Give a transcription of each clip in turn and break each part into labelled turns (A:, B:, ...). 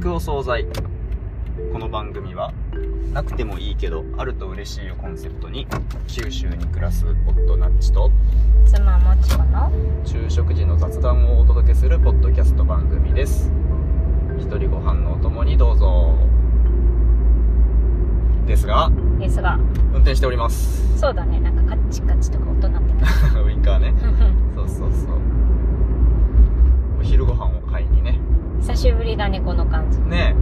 A: くお惣菜この番組はなくてもいいけどあると嬉しいをコンセプトに九州に暮らす夫ナッチと
B: 妻もちこの
A: 昼食時の雑談をお届けするポッドキャスト番組です一人ご飯のお供にどうぞですが
B: ですが
A: 運転しております
B: そうだねなんかカッチカチとか音鳴ってた
A: ウインカーねそうそうそうお昼ご飯を買いにね
B: 久しぶりだねこの感じ
A: ね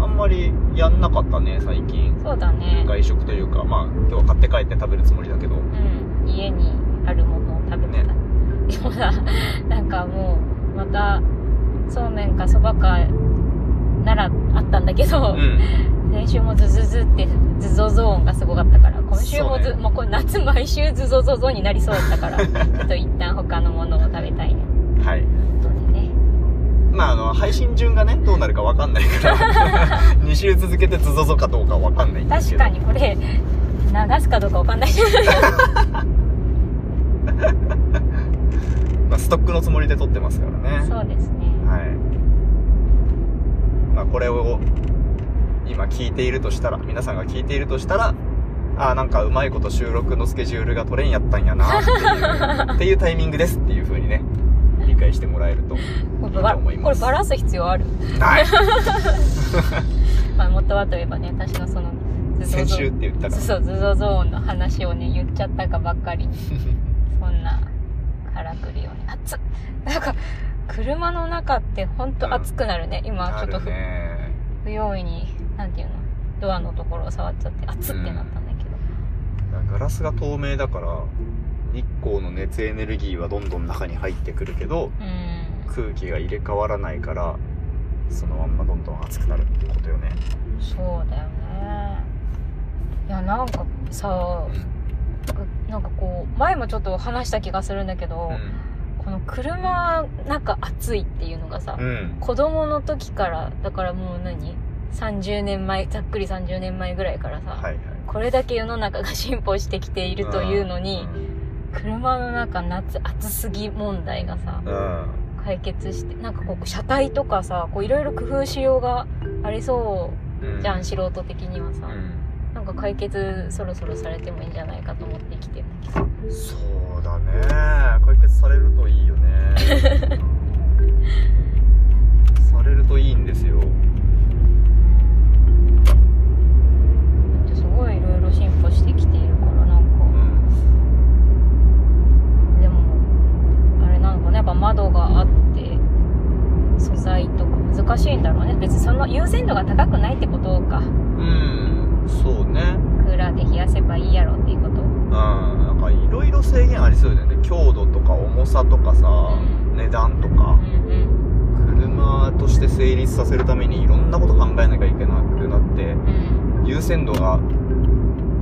A: えあんまりやんなかったね最近
B: そうだね
A: 外食というかまあ今日は買って帰って食べるつもりだけど
B: うん家にあるものを食べてた、でもさ なんかもうまたそうめんかそばかならあったんだけ
A: うん
B: ど、先週もズズズってズゾゾ音がすごかったから今週も
A: そ
B: ズ、
A: うね
B: もうこれ夏毎週ズゾゾゾになりそうだったから ちょっと一旦他のものを食べたいね
A: はい
B: というね
A: まああの配信順がねどうなるかわかんないから 2週続けてズゾゾかどうかわかんないんですけ
B: 確
A: ど
B: かにこれ流すかどうかわかんない
A: まあ、ストックのつもりで撮ってますからね
B: そうですね
A: はいまあこれを今聞いているとしたら皆さんが聞いているとしたらああなんかうまいこと収録のスケジュールが取れんやったんやなっていうっていうタイミングですっていう風にね理解してもらえ ると
B: こ
A: いい
B: れ
A: と
B: ば
A: 思い
B: こ
A: ま
B: れ
A: す
B: バラす必要ある、
A: はい
B: まあ、元はといえばね私のそのズゾ
A: 先
B: ゾ
A: 週って言ったか
B: そう
A: ら
B: そうズゾゾ音の話をね言っちゃったかばっか りそんなからくりをね熱っなんか車の中ってほんと熱くなるね、今ちょっと
A: ある
B: ふ
A: ね
B: 不用意になんていうのドアのところを触っちゃって熱ってなったんだけど、
A: ガラスが透明だから日光の熱エネルギーはどんどん中に入ってくるけど
B: うん、
A: 空気が入れ替わらないからそのまんまどんどん熱くなるってことよね、
B: そうだよねいやなんかさなんかこう前もちょっと話した気がするんだけど、この車なんか暑いっていうのがさ、
A: うん
B: 子供の時からだからもう何30年前ざっくり30年前ぐらいからさ、
A: はいはい
B: これだけ世の中が進歩してきているというのに、車の中夏暑すぎ問題がさ
A: うん、うん
B: 解決してなんかこう車体とかさこういろいろ工夫しようがありそうじゃん、素人的にはさ、
A: うん
B: なんか解決そろそろされてもいいんじゃないかと思って生きてるんだけど
A: そうだね解決されるといいよね されるといいんですよ
B: だってすごいいろいろ進歩してきているからなんか
A: うん
B: でもあれなのかなやっぱ窓があって素材とか難しいんだろうね別にその優先度が高くないってことか
A: うんそうね
B: クーラーで冷やせばいいやろっていうこと
A: うんなんかいろいろ制限ありそうだよね強度とか重さとかさ
B: うん
A: 値段とか
B: うん
A: 車として成立させるためにいろんなこと考えなきゃいけなくなって
B: うんうん
A: 優先度が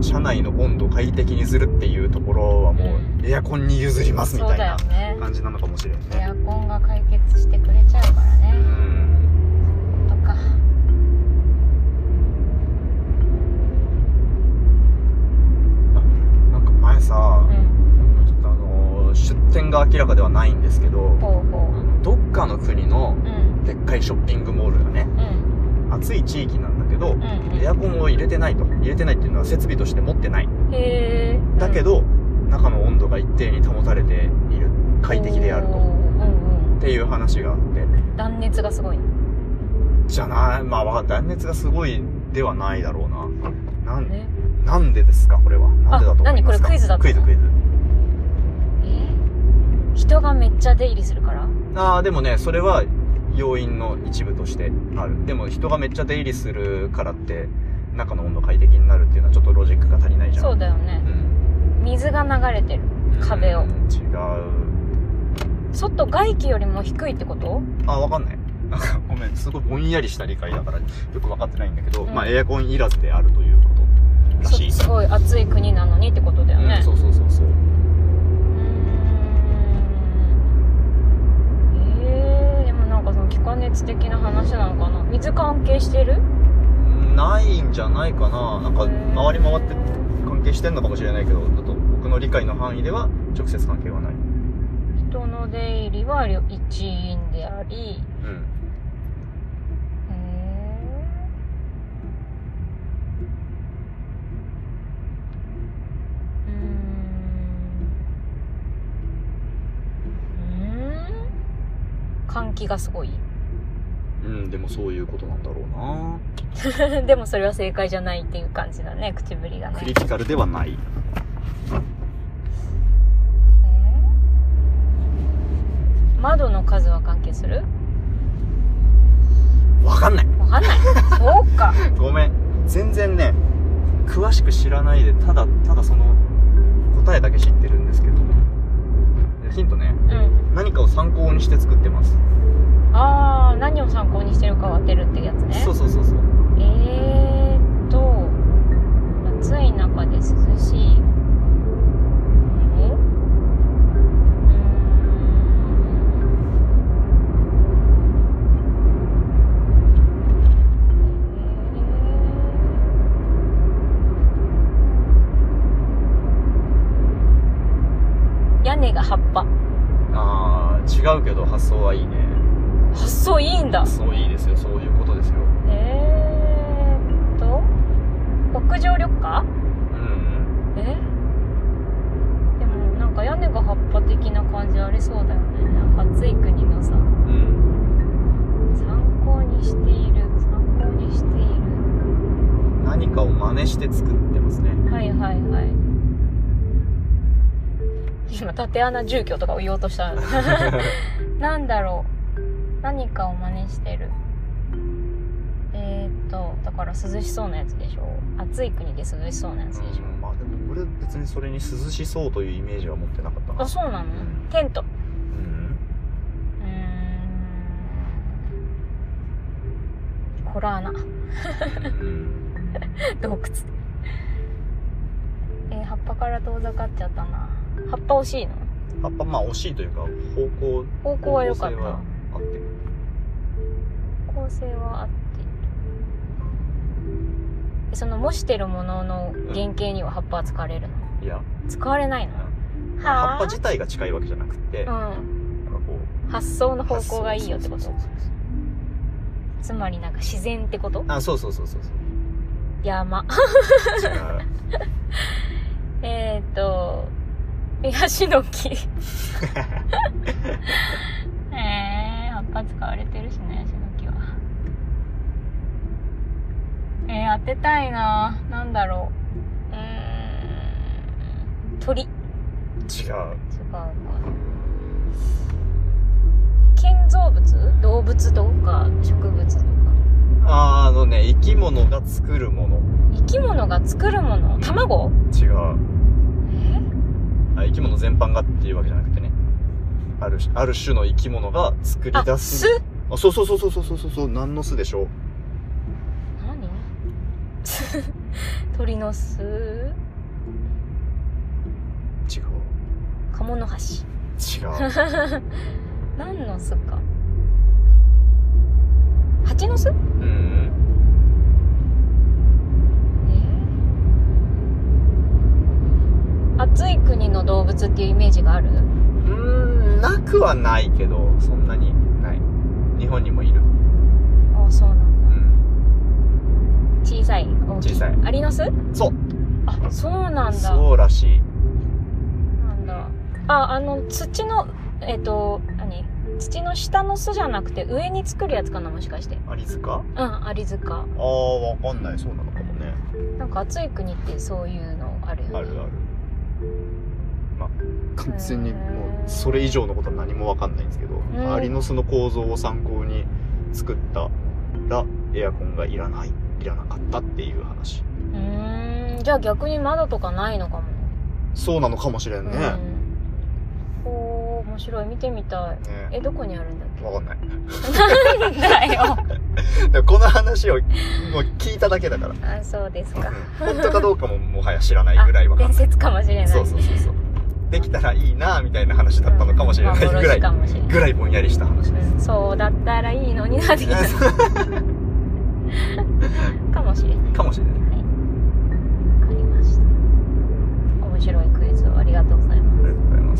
A: 車内の温度を快適にするっていうところはもうエアコンに譲りますみ
B: そう
A: たい
B: だよ
A: な
B: ね
A: 感じなのかもしれん
B: エ
A: ね
B: アコンが解決してくれちゃうから
A: う
B: ね
A: ん
B: とか
A: なんか前さ
B: う、ん
A: ちょっとあのー出店が明らかではないんですけど
B: ほうほ
A: あのどっかの国の
B: ううん
A: でっかいショッピングモールがね
B: うん
A: 暑い地域なんだけど
B: うんうん
A: エアコンを入れてないと入れてないっていうのは設備として持ってない
B: へえ
A: だけど中の温度が一定に保たれている快適である
B: う
A: と
B: んうん
A: っていう話があって
B: 断熱がすごいね
A: じゃないまあわかん断熱がすごいではないだろうななんなんでですかこれはなんでだと思いますか
B: 何これクイズだったの
A: クイズクイズ
B: え人がめっちゃ出入りするから
A: ああでもねそれは要因の一部としてあるでも人がめっちゃ出入りするからって中の温度快適になるっていうのはちょっとロジックが足りないじゃん
B: そうだよね
A: うん
B: 水が流れてる壁を
A: うん違う
B: 外外気よりも低いってこと
A: あわか んないなんかごめんすごいぼんやりした理解だからよく分かってないんだけど、
B: うん
A: まあエアコンいらずであるということらしい
B: そすごい暑い国なのにってことだよね
A: うん、そうそうそうそう
B: うーんえーでもなんかその気化熱的な話なのかな水関係してる
A: ないんじゃないかななんか
B: うん
A: 回り回って関係してんのかもしれないけどだと僕の理解の範囲では直接関係はない
B: 人の出入りは一因であり
A: うん
B: え換気がすごい
A: うんでもそういうことなんだろうな
B: でもそれは正解じゃないっていう感じだね口ぶりがね
A: クリティカルではない
B: えー窓の数は関係する
A: わかんない
B: わか んないそうか
A: ごめん全然ね詳しく知らないでただただその答えだけ知ってるんですけどヒントね
B: うん
A: 何かを参考にして作ってます
B: ああ何を参考にしてるかを当てるってやつね
A: そうそうそうそう
B: えーっと暑い中で涼しいものうーんえー屋根が葉っぱ
A: あー違うけど発想はいいね
B: 発想いいんだ
A: 発想いいですよそういうことですよ
B: えーっと屋上緑化
A: うん
B: えでもなんか屋根が葉っぱ的な感じありそうだよねなんか暑い国のさ
A: うんうん
B: 参考にしている参考にしている
A: 何かを真似して作ってますね
B: はいはいはい今縦穴住居とかを言おうとしたのになんだろう何かを真似してるえー、っとだから涼しそうなやつでしょ暑い国で涼しそうなやつでしょ
A: まあでも俺別にそれに涼しそうというイメージは持ってなかったな
B: あそうなのテント
A: うん
B: うーんホラーな
A: うん
B: 洞窟えー葉っぱから遠ざかっちゃったな葉っぱ惜しいの
A: やっぱまあ惜しいというか方向
B: 方向は良かった
A: 方向性は合ってる
B: 構成はあってえその模してるものの原型には葉っぱは使われるの
A: いや
B: 使われないの
A: 葉っ
B: は
A: ぱ自体が近いわけじゃなくて、なんか
B: あう
A: こ
B: ん
A: う
B: 発想の方向がいいよってこ
A: そ
B: と
A: うそうそうそう
B: つまりなんか自然ってこと
A: あそうそうそうそうそう
B: 山
A: 違う
B: えーっとヤシの 木えー、葉っぱ使われてるしね、ヤシの木は。えー、当てたいななんだろう。うーん、鳥。違
A: 違
B: う
A: う
B: か。建造物動物とか植物とか。
A: あーあのね生き物が作るもの
B: 生き物が作るもの卵
A: 違う
B: え
A: あ生き物全般がっていうわけじゃなくてねあるある種の生き物が作り出
B: あ、
A: す
B: 巣
A: あそうそうそうそうそうそうそう何の巣でしょう
B: 何 鳥の巣
A: 違う
B: カモノハシ。
A: 違う
B: 何の巣か蜂の巣え
A: うん
B: 暑い国の動物っていうイメージがある
A: うーんなくはないけどそんなにない日本にもいる
B: あそうなん
A: うん
B: だ小さい大きい
A: 小さい
B: アリの巣
A: そう
B: あそうなんだ
A: そうらしい
B: なんだああの土のえっ、と何土の下の巣じゃなくて上に作るやつかなもしかして
A: アリ塚
B: うんアリ塚
A: ああわかんないそうなのかもね
B: なんか暑い国ってそういうのあるよね
A: あるあるまあ完全に
B: へー
A: もうそれ以上のことは何もわかんないんですけど、
B: ん
A: アリの巣の構造を参考に作ったらエアコンがいらないいらなかったっていう話
B: うーんじゃあ逆に窓とかないのかも
A: そうなのかもしれんね、
B: うん、おー面白い見てみたい
A: ね
B: えどこにあるん だっけ
A: わかんない
B: なんだよ
A: でもこの話をもう 聞いただけだから
B: あそうですか
A: 本当かどうかももはや知らないぐらいわかん
B: 伝
A: ない
B: 説かもしれない
A: そうそうそうそうできたらいいなみたいな話だったのかもしれないぐら
B: 幻
A: い
B: かもしれない
A: ぐらいぼんやりした話です
B: うんそうだったらいいのになってき たかもしれない
A: かもしれない
B: はいわかりました面白いクイズをありがとうござい
A: あり
B: ま
A: がとうございま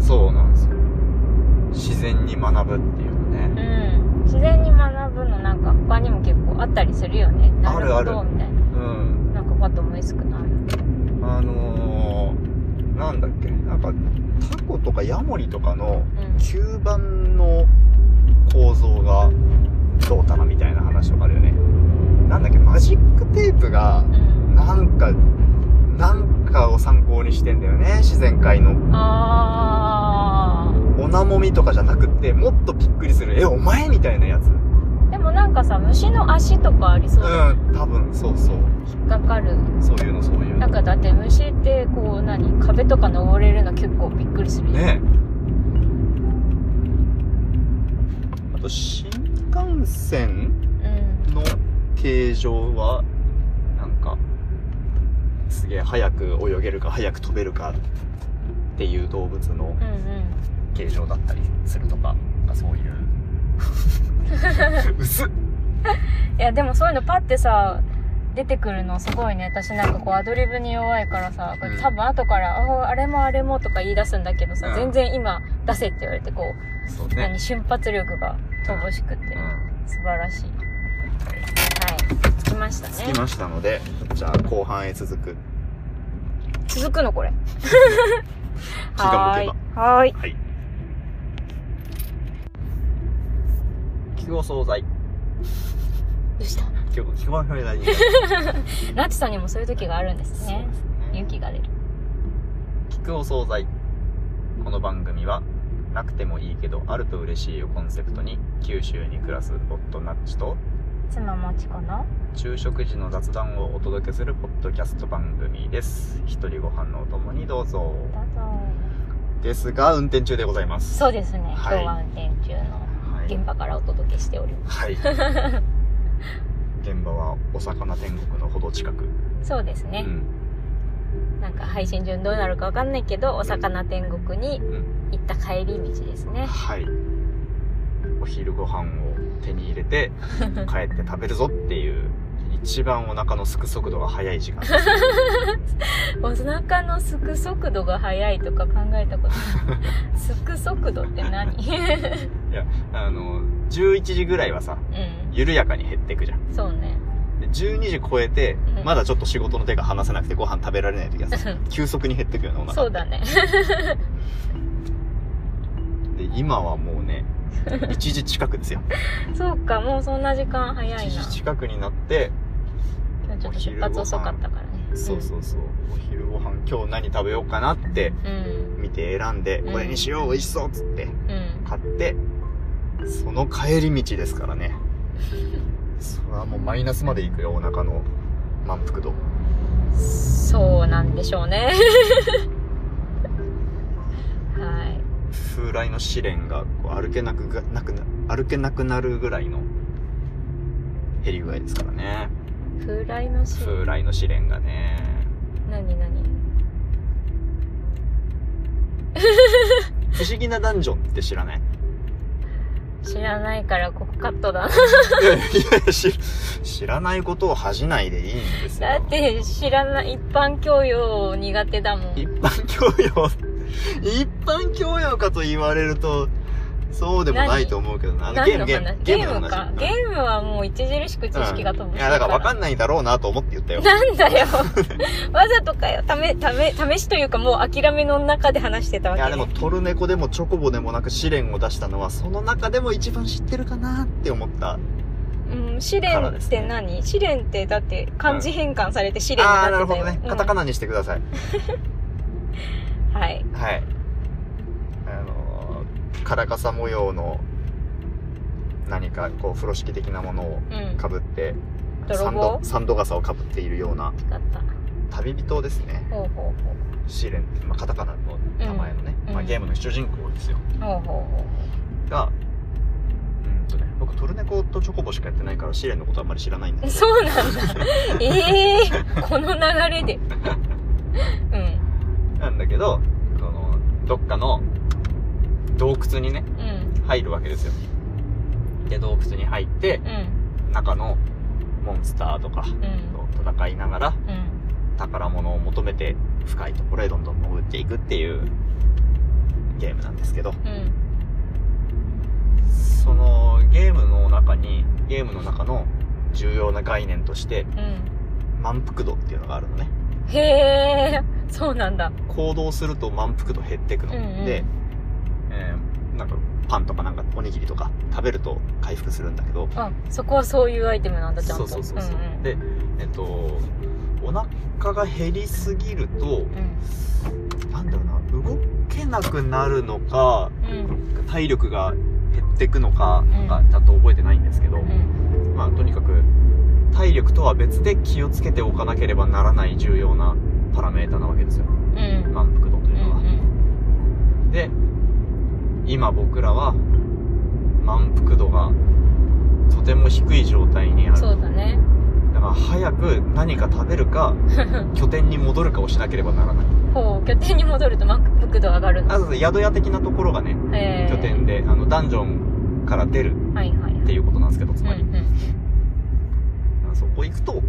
A: すそうなんですよ自然に学ぶっていうのね
B: すうん自然に学ぶのなんか他にも結構あったりするよねなる
A: あ
B: ほ
A: るあ
B: ど
A: る
B: みたいな
A: うん
B: なんかパッと思いつくなる
A: あのー、なんなんだっけなんかタコとかヤモリとかの
B: うん
A: 吸盤の構造がどうたらみたいな話とかあるよねなんだっけマジックテープが
B: うん
A: なんかなんかを参考にしてんだよね自然界の
B: あ
A: おなもみとかじゃなくってもっとびっくりするえお前みたいなやつう
B: ーでもなんかさ虫の足とかありそうだよね
A: ん多分そうそう
B: 引っかかる
A: そういうのそういう
B: な
A: の
B: んかだって虫ってこう何壁とか登れるの結構びっくりするじゃん
A: ねえあと新幹線
B: うん
A: の形状はなんかすげえ早く泳げるか早く飛べるかっていう動物の
B: うんうん
A: 形状だったりするとかなんかそういう 薄っ
B: いやでもそういうのパッてさ出てくるのすごいね私なんかこうアドリブに弱いからさこれ多分後から「あーあれもあれも」とか言い出すんだけどさ、
A: うん
B: 全然今出せって言われてこう、
A: そう
B: 何
A: ね、
B: 瞬発力が乏しくて、
A: うん、
B: 素晴らしいはい着きました
A: つ
B: ね
A: きましたのでじゃあ後半へ続く
B: 続くのこれ
A: 気が向けば
B: はーいはーい
A: はい企業惣菜
B: どうした
A: 企業総菜に
B: ナチさんにもそういう時があるんですね
A: ね
B: 勇気が出る
A: 聞くお惣菜この番組はなくてもいいけどあると嬉しいをコンセプトに九州に暮らす夫ナッチと
B: 妻もちこの
A: 昼食時の雑談をお届けするポッドキャスト番組です一人ご飯のお供にどうぞ
B: どうぞ
A: ですが運転中でございます
B: そうですね、
A: はい
B: 今日は運転中の
A: はい、
B: 現場からお届けしておりま
A: はい、現場はお魚天国のほど近く、
B: すそうです
A: う
B: ね、
A: ん、
B: なんか配信順どうなるかわかんないけどお魚天国に行った帰り道ですね
A: はいお昼ご飯を手に入れ て帰って食べるぞっていう一番お腹のすく速度が速い時 間です
B: お腹のすく速度が速いとか考えたこと ないすく速度って何
A: あの、11時ぐらいはさ、
B: う
A: 緩やかに減っていくじゃん。
B: んそうね
A: で、12時超えて
B: う、ん
A: まだちょっと仕事の手が離せなくてご飯食べられない時はさ、急速に減ってくよね、お腹。
B: そうだね
A: で、今はもう ね、1時近くですよ。
B: そうかもうそんな時間早いな
A: 1
B: 今
A: 時近くになって、
B: 日ちょっと出発遅かったからね
A: そうそうそう、お昼ご飯今日何食べようかなって、
B: うん
A: 見て選んで、
B: うん
A: これにしよう、美味しそうっつって、
B: うん
A: 買って、その帰り道ですからね。それはもうマイナスまで行くよ、お腹の満腹度。
B: そうなんでしょうね はい
A: 風来の試練がこう歩けなくがなくな歩けなくなるぐらいの減り具合ですからね
B: 風来のシーン
A: 風来の試練がね
B: 何何
A: 不思議なダンジョンって知 らない
B: 知らないからここカットだない
A: やいや知知らないことを恥じないでいいんですよ
B: だって知らない一般教養苦手だもん
A: 一般教養一般教養かと言われるとそうでもないと思うけどなあの
B: 何の
A: ゲーム
B: 話
A: ゲ
B: ゲ
A: ーム
B: ームかゲームはもう著しく知識が飛ぶ
A: いやだから分か
B: ん
A: んないだろうなと思って言ったよ
B: なんだよ わざとかよためため試しというかもう諦めの中で話してたわ
A: い
B: け、ね、
A: やでもトルネコでもチョコボでもなく試練を出したのはその中でも一番知ってるかなって思った
B: うん、試
A: から
B: 練
A: で
B: っ
A: す
B: て
A: ね
B: 何、試練ってだって漢字変換されて試練に
A: ああ
B: なっ
A: ーなる
B: て
A: ほ
B: たよ、
A: どね
B: うん
A: カタカナにしてください、
B: はい
A: はいあのーカラカサ模様の何かこう風呂敷的なものを
B: うん
A: かぶってサ
B: 泥
A: ンド
B: 棒
A: サンド傘をかぶっているような
B: 使った
A: 旅人ですね
B: ほうほうほう
A: 試練って、まあ、カタカナの名前のね、
B: うん
A: まあ、
B: うん
A: ゲームの主人公ですよ
B: ほうほうほ
A: がうんとね僕トルネコとチョコボしかやってないから試練のことあんまり知らないんだけ
B: う
A: ど
B: そうなんだええこの流 れでうん
A: なんだけど、その、どっかの洞窟にね、
B: うん
A: 入るわけですよ。で、洞窟に入って、
B: うん
A: 中のモンスターとか
B: うん
A: と戦いながら、
B: うん
A: 宝物を求めて深いところへどんどん潜っていくっていうゲームなんですけど、
B: うん
A: そのゲームの中に、ゲームの中の重要な概念として、
B: うん
A: 満腹度っていうのがあるのね。
B: へえそうなんだ
A: 行動すると満腹度減ってくの、
B: うんうん
A: で、えーなんかパンとかなんかおにぎりとか食べると回復するんだけど
B: あそこはそういうアイテムなんだちゃん
A: そ
B: と
A: うそうそうそう、
B: んうん、
A: でえっとお腹が減りすぎると
B: う
A: なんだろうな動けなくなるのか
B: んうん
A: 体力が減ってくのか
B: ん
A: なんかちゃんと覚えてないんですけど、
B: うん
A: まあとにかく体力とは別で気をつけておかなければならない重要なパラメータなわけですよ
B: うん
A: 満腹度という
B: うん
A: のは、で今僕らは満腹度がとても低い状態にあ
B: うん
A: る
B: そうだね
A: だから早く何か食べるか拠点に戻るかをしなければならない
B: ほう拠点に戻ると満腹度上がるんだ
A: あと宿屋的なところがね
B: へえ
A: 拠点であのダンジョンから出る
B: はいはいはい
A: っていうことなんですけどつ
B: うん
A: まり、
B: う
A: そこ行くと、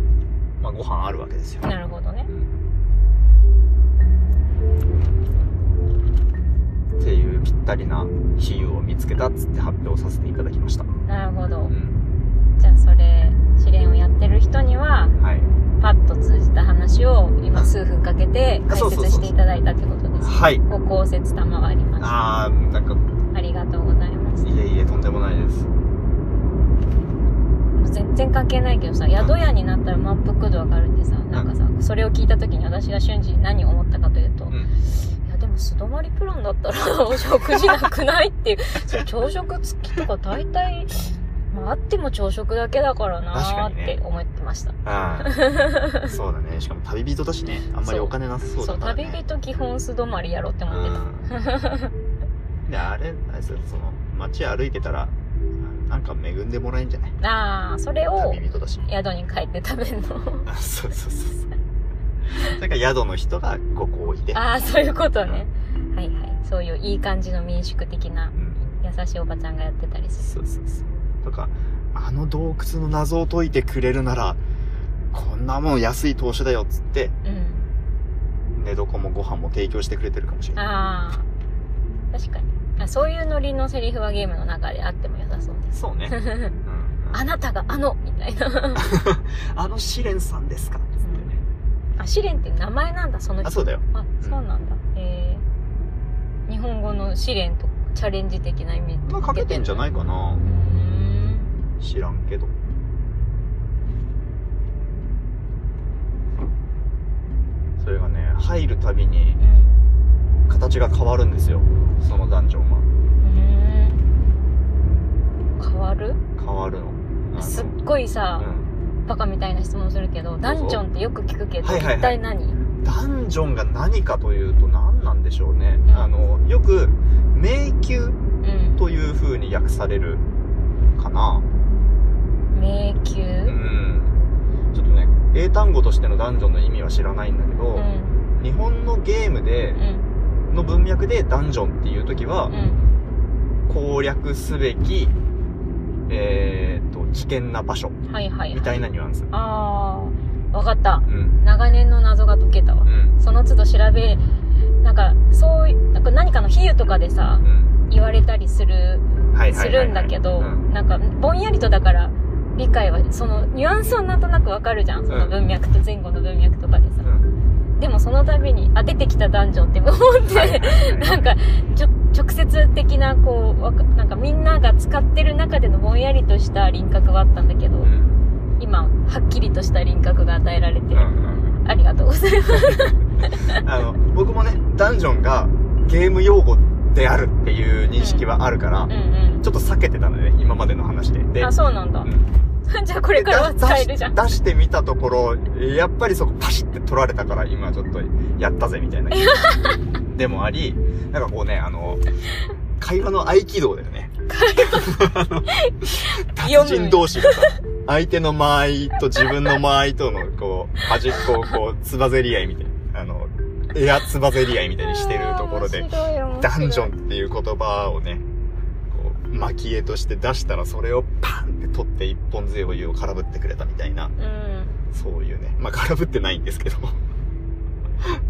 A: まあ、ご飯あるわけですよ
B: んなるほどね
A: っていうぴったりな比喩を見つけたっつって発表させていただきました、
B: なるほど
A: うん、
B: じゃあそれ試練をやってる人には
A: はい
B: パッと通じた話を今数分かけて解説していただいたってことですね
A: はい
B: ご講説賜りました
A: あーなんか
B: ありがとうございました
A: いえいえとんでもないです
B: もう全然関係ないけどさ宿屋になったら満腹度上がるってさなんかさそれを聞いた時に私が瞬時に何を思ったかというと、
A: ん
B: いやでも素泊まりプランだったら お食事なくないっていうそれ朝食付きとか大体、まあ、あっても朝食だけだからなー
A: 確かに
B: っ
A: ね
B: て思ってました、
A: あ あそうだねしかも旅人だしねあんまりお金なさそう
B: そ
A: だ
B: う
A: から、ね、
B: 旅人基本素泊まりやろうって思ってた、
A: うんであれあれですよその街歩いてたらなんか恵んでもらえんじゃない
B: ああそれを
A: 旅人だし
B: 宿に帰って食べるの
A: あそうそうそうそうそれから宿の人がご好意で
B: ああそういうことねはいはいそういういい感じの民宿的な
A: うん
B: 優しいおばちゃんがやってたりす
A: そうそうそうとかあの洞窟の謎を解いてくれるならこんなもん安い投資だよっつって
B: るうん
A: 寝床もご飯も提供してくれてるかもしれない
B: ああ確かにあそういうノリのセリフはゲームの中であっても良さそうです
A: そうね、うん
B: あなたがあのみたいな
A: あの試練さんですかっつってね
B: あ試練って名前なんだその人
A: あそうだよ
B: あそうなんだへえ日本語の試練とチャレンジ的な意味
A: まあかけてんじゃないいかな
B: うーん
A: 知らんけどそれがね入るたびに
B: うん
A: 形が変わるんですよそのダンジョンは
B: うーん変わる
A: 変わるのあの
B: すっごいさ、
A: うん
B: バカみたいな質問するけどダンジョンってよく聞くけど、
A: はいはいはい
B: 一体何
A: ダンジョンが何かというと何なんでしょうね、
B: うん
A: あのよく迷宮
B: うん
A: という風に訳されるかな
B: 迷
A: う
B: 宮
A: んちょっとね英単語としてのダンジョンの意味は知らないんだけ
B: う
A: ど、
B: ん
A: 日本のゲームで
B: うん
A: の文脈でダンジョンっていう時は、
B: うん
A: 攻略すべき、えー、と、危険な場所、
B: はいはい
A: み
B: はい
A: たいなニュアンス。
B: あーわかった
A: うん。
B: 長年の謎が解けたわ
A: うん。
B: その都度調べなんかそういなんか何かの比喩とかでさ
A: うん。
B: 言われたりする
A: はいはいはい、はい。
B: するんだけど、
A: うん
B: なんかぼんやりとだから理解はそのニュアンスはなんとなくわかるじゃんその文脈と前後の文脈とかでさ、
A: うん
B: でもその度にあ出てきたダンジョンって思って、
A: はいはいはい
B: なんかちょ直接的なこうわかなんかみんなが使ってる中でのぼんやりとした輪郭はあったんだけど、
A: うん
B: 今はっきりとした輪郭が与えられて、
A: うんうん
B: ありがとうございます
A: うんあの、僕もね、ダンジョンがゲーム用語であるっていう認識はあるから、
B: うんうん
A: ちょっと避けてたのね、今までの話で。で、
B: あそうなんだ、
A: う
B: じゃあこれからは
A: で出し
B: 使えるじゃん
A: 出してみたところ、やっぱりそこパシって取られたから、今ちょっとやったぜみ たいな。でもあり、なんかこうね、あの、会話の合気道だよね。会話
B: 読む
A: 達人同士がさ、相手の間合いと自分の間合いとの、こう、端っこをこう、つばぜり合いみたいな、あの、エアつばぜり合いみたいにしてるところで、ダンジョ
B: ン
A: ンっていう言葉をね、こう、蒔絵として出したらそれをパンって取って一本強いを空振ってくれたみたいな、
B: うん
A: そういうね。まあ空振ってないんですけど。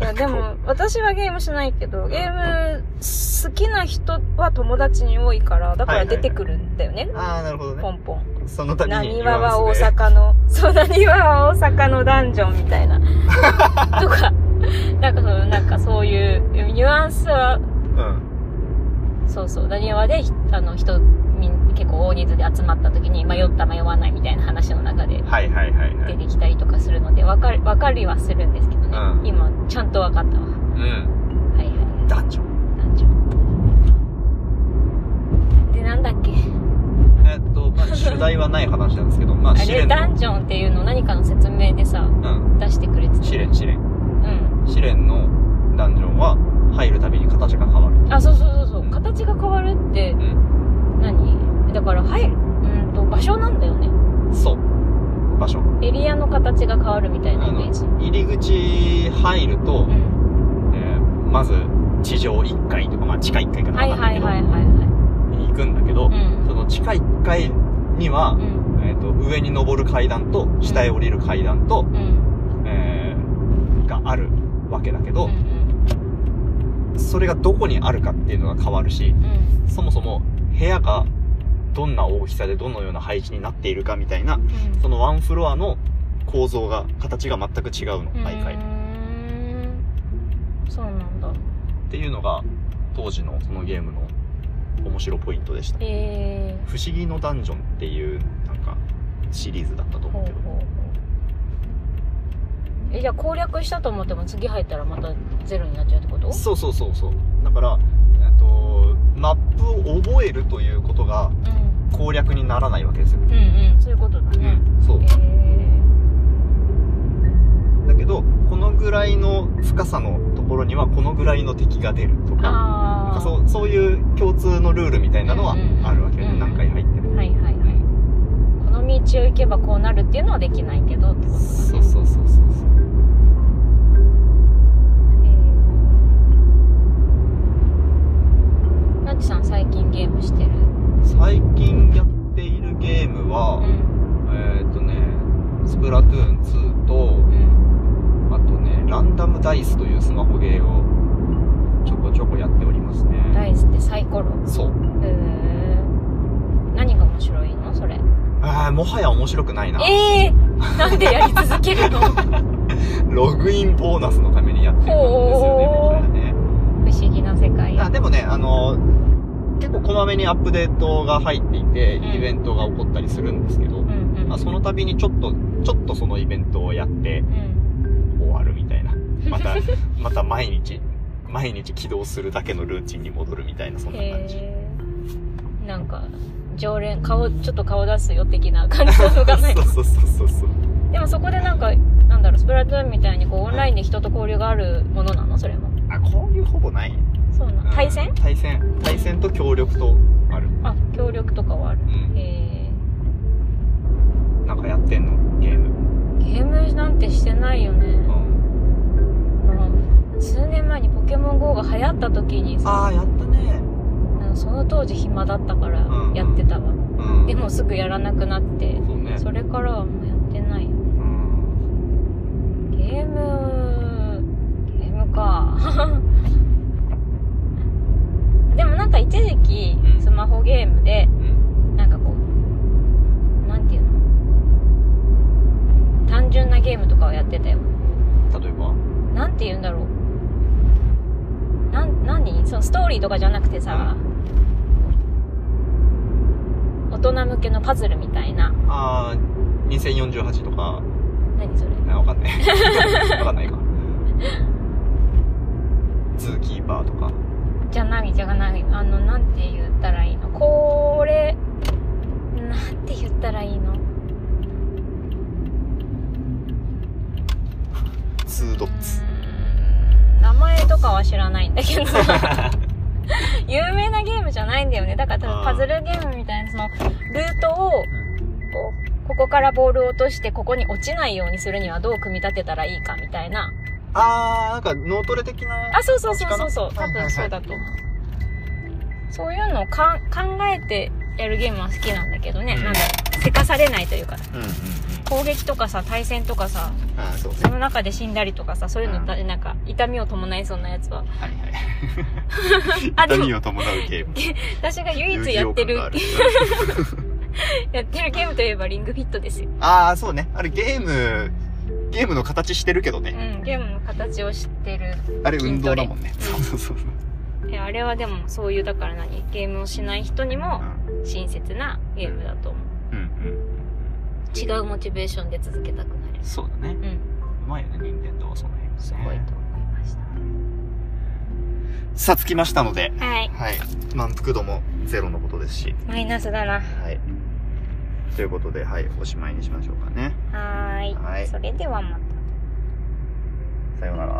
B: いやでも私はゲームしないけどゲーム好きな人は友達に多いからだか
A: は
B: ら
A: いはいは
B: 出
A: い
B: てくるんだよね、
A: ああ、なるほど
B: ポ
A: ね。
B: ンポン
A: そのため
B: な
A: に
B: に
A: ニュ
B: わは
A: アン
B: 大
A: スで。
B: 阪のそうなにわは大阪のダンジョンみたいなとかなんかその、なんかそういう、ニュアンスは、
A: うん
B: そうそう、ダニワで、ひあの、人、みん結構大人数で集まった時に、迷った迷わないみたいな話の中で
A: はいはいはいは
B: 出
A: い
B: てきたりとかするので、わかる、わかりはするんですけどね。
A: うん
B: 今、ちゃんとわかったわ。
A: うん
B: はいはいはい。
A: 男女
B: 男女でなんだっけ
A: えっとまあ主題はない話なんですけどまあ
B: あ
A: 試
B: れ
A: 練
B: ダ
A: の
B: ンジョンっていうの何かの説明でさ
A: うん
B: 出してくれてた
A: 試練試練
B: うん
A: 試練のダンジョンは入るたびに形が変わる
B: あそうそうそうそううん形が変わるって
A: うん
B: 何だから入るうんと場所なんだよね
A: そう場所
B: エリアの形が変わるみたいなイメージ
A: 入り口入ると
B: う、ん
A: えーまず地上1階とか、まあ、地下1階かな
B: はい
A: わかんな
B: はいい
A: けど
B: はいはいは
A: に行くんだけど、
B: いうん
A: その地下1階には
B: う、ん
A: えー、と上に登る階段と下へ降りる階段と、
B: うん
A: えーがあるわけだけど
B: うんう、ん
A: それがどこにあるかっていうのが変わるしそもそも部屋がどんな大きさでどのような配置になっているかみたいな
B: うん
A: そのワンフロアの構造が形が全く違うの
B: うん
A: 毎回
B: うーんそうなんだ
A: っていうのが当時のそのゲームの面白ポイントでした
B: え
A: 「不思議のダンジョン」っていうなんかシリーズだったと
B: ー、ほ
A: 思うけ
B: うほう
A: ど
B: ほうえじゃあ攻略したと思っても次入ったらまたゼロになっちゃうってこと
A: そうそうそうそうだからえっとマップを覚えるということが
B: うん
A: 攻略にならないわけですよ、
B: うんうんそういうことだね、
A: そう
B: え
A: だけどこのぐらいの深さのところにはこのぐらいの敵が出ると
B: ー、
A: か
B: あ
A: なん
B: あ
A: かそうそういう共通のルールみたいなのは
B: うんうんうん
A: あるわけよね、
B: うん
A: 何回入っても、
B: はいはいはいこの道を行けばこうなるっていうのはできないけどってことだね
A: そうそうそうそうそう
B: えーなっちさん最近ゲームしてる
A: 最近やっているゲームは、
B: うん
A: えーっ、とねスプラトゥーン2と
B: うん
A: あとねランダムダイスというスマホゲーをちょこちょこやっております
B: ダ
A: ね
B: イスってサイコロ
A: そう
B: へえ何が面白いのそれ
A: あーもはや面白くないな
B: ええー、なんでやり続 けるの不
A: ログインボーナスのためにやってるんですよね
B: ほ
A: も
B: う
A: はやね
B: 思議な世界
A: あでもねあの結構こまめにアップデートが入っていて
B: うん
A: イベントが起こったりするんですけど、
B: うんうん
A: まあ、その度にちょっとちょっとそのイベントをやって
B: うん
A: 終わるみたいなま たまた毎日毎日起動するだけのルーチンに戻るみたいなそんな感じ
B: へえなんか常連顔ちょっと顔出すよ的な感じなのがない
A: そうそうそうそうそう
B: でもそこでなんかなんだろうスプラトゥーンみたいにこうオンラインで人と交流があるものなのそれも
A: あこういうほぼない
B: そうな
A: うん
B: の対戦
A: 対戦対戦と協力とある
B: あ協力とかはある
A: うん
B: へえ
A: なんかやってんのゲーム
B: ゲームなんてしてないよね、
A: うん
B: もう数年前にポケモン GO が流行った時にさ
A: ああやったね
B: なんかその当時暇だったから
A: うん
B: やってたわ、
A: うん
B: でもすぐやらなくなって
A: そうね
B: それからはもうやってないよね
A: うん
B: ゲームゲームか でもなんか一時期
A: うん
B: スマホゲームで
A: うん
B: なんかこうなんていうの単純なゲームとかをやってたよ
A: 例えば
B: なんて言うんだろうなん何そのストーリーとかじゃなくてさ、大人向けのパズルみたいな
A: ああ2048とか
B: 何それ
A: あわかんない わかんないかズーキーパーとか
B: じゃないじゃないあのなんて言ったらいいのこれなんて言ったらいいの
A: ツードッツ
B: うーん名前とかは知らないんだ けど有名なゲームじゃないんだよねだから多分パズルゲームみたいなそのルートをこうここからボールを落としてここに落ちないようにするにはどう組み立てたらいいかみたいな
A: あーなんか脳トレ的な
B: あそうそうそうそうそう
A: こっち
B: 多
A: かな
B: 分そうだと思うそういうのをかん考えてやるゲームは好きなんだけどね、
A: うん
B: なんだろうせかされないというか
A: うんうんうん
B: 攻撃とかさ対戦とかさ
A: あーそうね
B: その中で死んだりとかさそういうのだ、
A: う
B: なんか痛みを伴いそうなやつは
A: はいはい
B: あでも
A: 痛みを伴うゲーム
B: 私が唯一やってる
A: 遊戯王感が あ
B: やってるゲームといえばリングフィットですよ
A: ああそうねあれゲームゲームの形してるけどね、
B: うん、ゲームの形を知ってる
A: あれ運動だもんね
B: 筋
A: そ
B: ト
A: う
B: レ
A: そうそうそう、
B: えあれはでもそういうだから何ゲームをしない人にも親切なゲームだと思う
A: うん、うん
B: 違うモチベーションで続けたくなる
A: うんそうだね
B: うん
A: うまいよね任天堂はその辺
B: すごいと思いました
A: さあ着きましたので
B: はい
A: はい満腹度もゼロのことですし
B: マイナスだな
A: はいということではいおしまいにしましょうかね
B: はーい
A: はい
B: それではまた
A: さようなら